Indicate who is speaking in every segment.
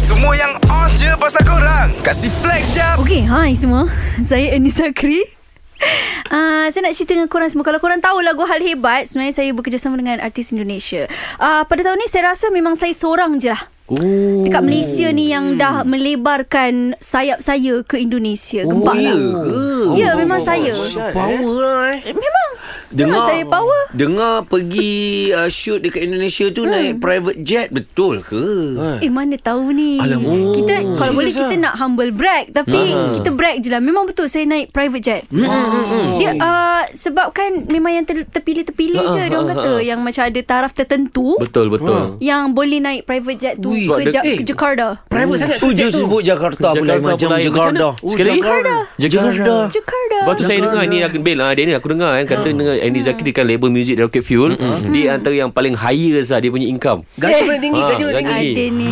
Speaker 1: Semua yang on je pasal korang Kasih flex jap
Speaker 2: Okay, hai semua. Saya Anissa Kri. Uh, saya nak cerita dengan korang semua Kalau korang tahu lagu Hal Hebat Sebenarnya saya bekerjasama dengan artis Indonesia uh, Pada tahun ni saya rasa memang saya seorang je lah
Speaker 3: Oh.
Speaker 2: Dekat Malaysia ni
Speaker 3: Hmm.
Speaker 2: yang dah melebarkan sayap saya ke Indonesia Gempak
Speaker 3: ya
Speaker 2: lah
Speaker 3: ke? Oh,
Speaker 2: Ya, memang saya
Speaker 3: Power lah eh.
Speaker 2: Memang Memang saya power
Speaker 3: Dengar pergi uh, shoot dekat Indonesia tu naik private jet betul ke?
Speaker 2: Eh mana tahu ni
Speaker 3: Alamak.
Speaker 2: Kita
Speaker 3: Oh,
Speaker 2: kalau boleh
Speaker 3: serious
Speaker 2: kita
Speaker 3: ah?
Speaker 2: nak humble brag Tapi kita brag je lah Memang betul saya naik private jet
Speaker 3: Mm,
Speaker 2: Dia uh, sebab kan memang yang ter-
Speaker 3: Ha,
Speaker 2: terpilih-terpilih je Dia orang kata yang macam ada taraf tertentu
Speaker 4: Betul betul.
Speaker 2: Yang boleh naik private jet tu
Speaker 4: Ui,
Speaker 2: ke,
Speaker 4: sebab dia-
Speaker 2: ja-
Speaker 4: eh.
Speaker 2: ke Jakarta
Speaker 3: Private sangat tu je sebut Jakarta,
Speaker 4: Jakarta
Speaker 3: pula macam
Speaker 4: pula, eh,
Speaker 3: Jakarta.
Speaker 4: macam mana? Sekali lagi?
Speaker 3: Jakarta. Hmm.
Speaker 4: Jakarta.
Speaker 2: Jakarta
Speaker 4: Lepas tu saya dengar ni Aku dengar ah, Daniel aku dengar kan Kata dengan Andy Zakri Dekat label music Rocket Fuel Dia antara yang paling highest lah Dia punya income
Speaker 3: Gaji paling tinggi,
Speaker 4: Ah,
Speaker 3: gaji paling tinggi.
Speaker 4: lagi.
Speaker 2: Ada ni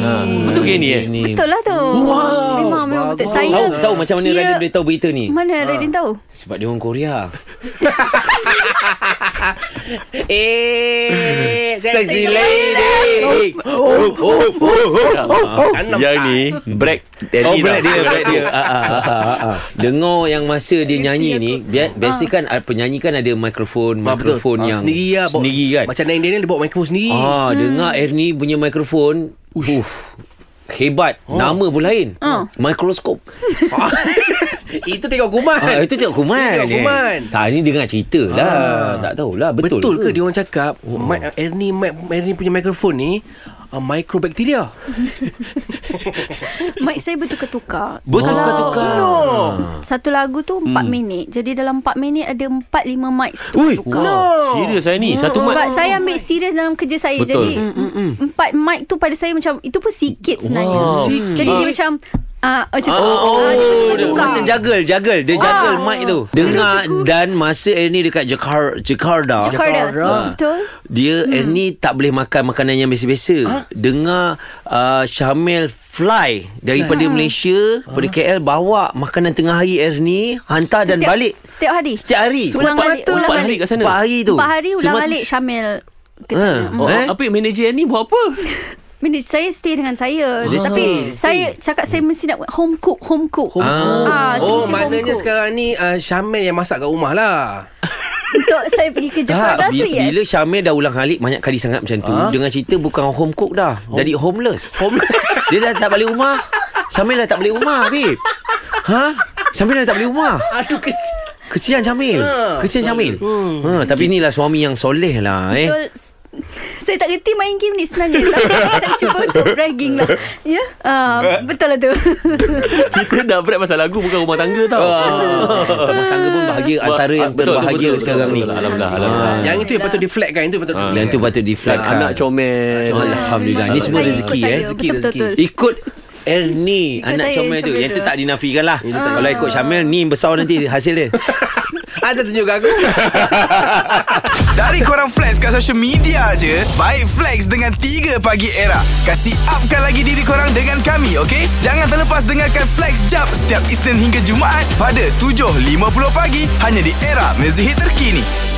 Speaker 4: Betul ke ni eh
Speaker 2: Betul lah tu
Speaker 3: Wow.
Speaker 2: Memang memang betul Saya
Speaker 3: Tahu tahu macam mana
Speaker 2: kira-
Speaker 3: Radin boleh Ha. tahu berita ni?
Speaker 2: Mana Radin tahu
Speaker 3: Sebab dia orang Korea. eh, sexy lady. Oh, oh, oh, oh, oh.
Speaker 4: Ah, Yang ni Break Andy
Speaker 3: Oh,
Speaker 4: tau.
Speaker 3: berat dia, berat dia. Ah, ah, ah, ah, ah. Dengar yang masa dia nyanyi ni, bi- biasa kan ah, penyanyi kan ada mikrofon,
Speaker 5: Ah, betul.
Speaker 3: mikrofon
Speaker 5: Ah,
Speaker 3: yang
Speaker 5: sendiri lah, bawa-
Speaker 3: sendiri kan.
Speaker 5: Macam Nain Daniel dia bawa mikrofon sendiri.
Speaker 3: Ah, dengar Ernie punya mikrofon. Uff. Hebat.
Speaker 5: Oh.
Speaker 3: Nama pun lain. Mikroskop.
Speaker 5: Itu tengok kuman.
Speaker 3: Ah, itu tengok kuman.
Speaker 5: Tengok kuman.
Speaker 3: Eh. Tak,
Speaker 5: Ah.
Speaker 3: ni dengar cerita lah. Tak tahulah. Betul, Hmm.
Speaker 5: Betul ke dia orang cakap oh. Mike, Ernie, Mike, Ernie punya mikrofon ni uh, microbacteria.
Speaker 2: Mic saya bertukar-tukar
Speaker 3: Bertukar-tukar.
Speaker 2: Kalau- Satu lagu tu 4 hmm. minit Jadi dalam 4 minit Ada 4-5 mic
Speaker 3: Ui,
Speaker 2: tukar-tukar
Speaker 4: Serius saya eh, ni Satu
Speaker 2: Sebab
Speaker 4: mat
Speaker 2: saya ambil serius dalam kerja saya
Speaker 4: Betul.
Speaker 2: Jadi Empat mic tu pada saya macam Itu pun sikit sebenarnya
Speaker 4: Wow.
Speaker 5: Sikit.
Speaker 2: Jadi dia macam ah, Macam
Speaker 3: Oh, oh,
Speaker 2: ah, dia
Speaker 3: dia
Speaker 2: tukar-tukar.
Speaker 3: macam juggle, juggle. Dia juggle mic tu. Dengar dan masa Ernie dekat Jakar, Jakarta,
Speaker 2: Jakarta Sebab tu betul
Speaker 3: dia hmm. Ernie tak boleh makan makanan yang biasa-biasa.
Speaker 2: Ah.
Speaker 3: Ha? Dengar uh, Syamil fly daripada Malaysia,
Speaker 2: Ah.
Speaker 3: daripada KL bawa makanan tengah hari Ernie hantar dan
Speaker 2: Setiap-
Speaker 3: balik.
Speaker 2: Setiap hari
Speaker 3: Setiap hari.
Speaker 2: Ulang
Speaker 4: Empat
Speaker 2: balik
Speaker 4: ratus.
Speaker 2: Ulang
Speaker 4: Empat
Speaker 2: balik
Speaker 4: hari kat sana.
Speaker 3: Empat hari tu.
Speaker 2: Empat hari ulang
Speaker 3: Sebab-
Speaker 2: balik Syamil ke
Speaker 3: Ha.
Speaker 2: sana
Speaker 4: Oh,
Speaker 3: Eh?
Speaker 4: Apa yang manager ni buat apa
Speaker 2: Minit saya stay dengan saya
Speaker 3: Dia
Speaker 2: Tapi saya cakap saya mesti nak home cook Home cook
Speaker 5: Home
Speaker 3: cook.
Speaker 2: Ah, saya mesti
Speaker 5: oh,
Speaker 2: home
Speaker 5: maknanya
Speaker 2: cook.
Speaker 5: sekarang ni uh, Syamil yang masak kat rumah lah.
Speaker 2: Untuk saya pergi ke Jakarta tu
Speaker 3: Ah, bila,
Speaker 2: yes Ah.
Speaker 3: bila Syamil dah ulang halik banyak kali sangat macam tu. Ha? Dengan cerita bukan home cook dah. Home. Jadi homeless.
Speaker 5: Home-
Speaker 3: Dia dah tak balik rumah. Syamil dah tak balik rumah, babe. Ha? Syamil dah tak balik rumah.
Speaker 5: Aduh kesian.
Speaker 3: Kesian Syamil.
Speaker 2: Ah.
Speaker 3: Kesian Syamil.
Speaker 2: Hmm.
Speaker 3: Ha, tapi inilah suami yang soleh lah eh.
Speaker 2: Betul S- saya tak kerti main game ni sebenarnya Tapi saya cuba untuk bragging lah Ya yeah? uh, Betul lah tu
Speaker 4: Kita dah break pasal lagu Bukan rumah tangga tau
Speaker 3: Ah, rumah tangga pun bahagia antara yang
Speaker 4: Betul, betul,
Speaker 3: terbahagia
Speaker 4: betul, betul,
Speaker 3: sekarang
Speaker 4: betul.
Speaker 3: ni.
Speaker 4: Alhamdulillah, alhamdulillah.
Speaker 5: Yang itu yang patut deflect kan Itu patut
Speaker 3: Ah,
Speaker 5: deflect
Speaker 3: Yang tu patut ah.
Speaker 4: Dan
Speaker 3: diflatkan.
Speaker 4: anak comel
Speaker 3: Alhamdulillah.
Speaker 2: Memang
Speaker 3: Ni semua
Speaker 2: ikut saya, ikut
Speaker 3: rezeki
Speaker 2: saya.
Speaker 3: eh.
Speaker 2: Betul-betul
Speaker 3: Ikut Ernie
Speaker 2: Ikut
Speaker 3: anak
Speaker 2: saya,
Speaker 3: comel tu.
Speaker 2: comel
Speaker 3: Yang tu
Speaker 2: tu.
Speaker 3: tak dinafikan lah. Kalau ikut Syamil ni besar nanti hasil dia.
Speaker 5: Ada tunjuk kat aku
Speaker 1: Dari korang flex kat social media je Baik flex dengan 3 pagi era Kasih upkan lagi diri korang dengan kami okay? Jangan terlepas dengarkan flex jap Setiap Isnin hingga Jumaat Pada 7.50 pagi Hanya di era mezihit terkini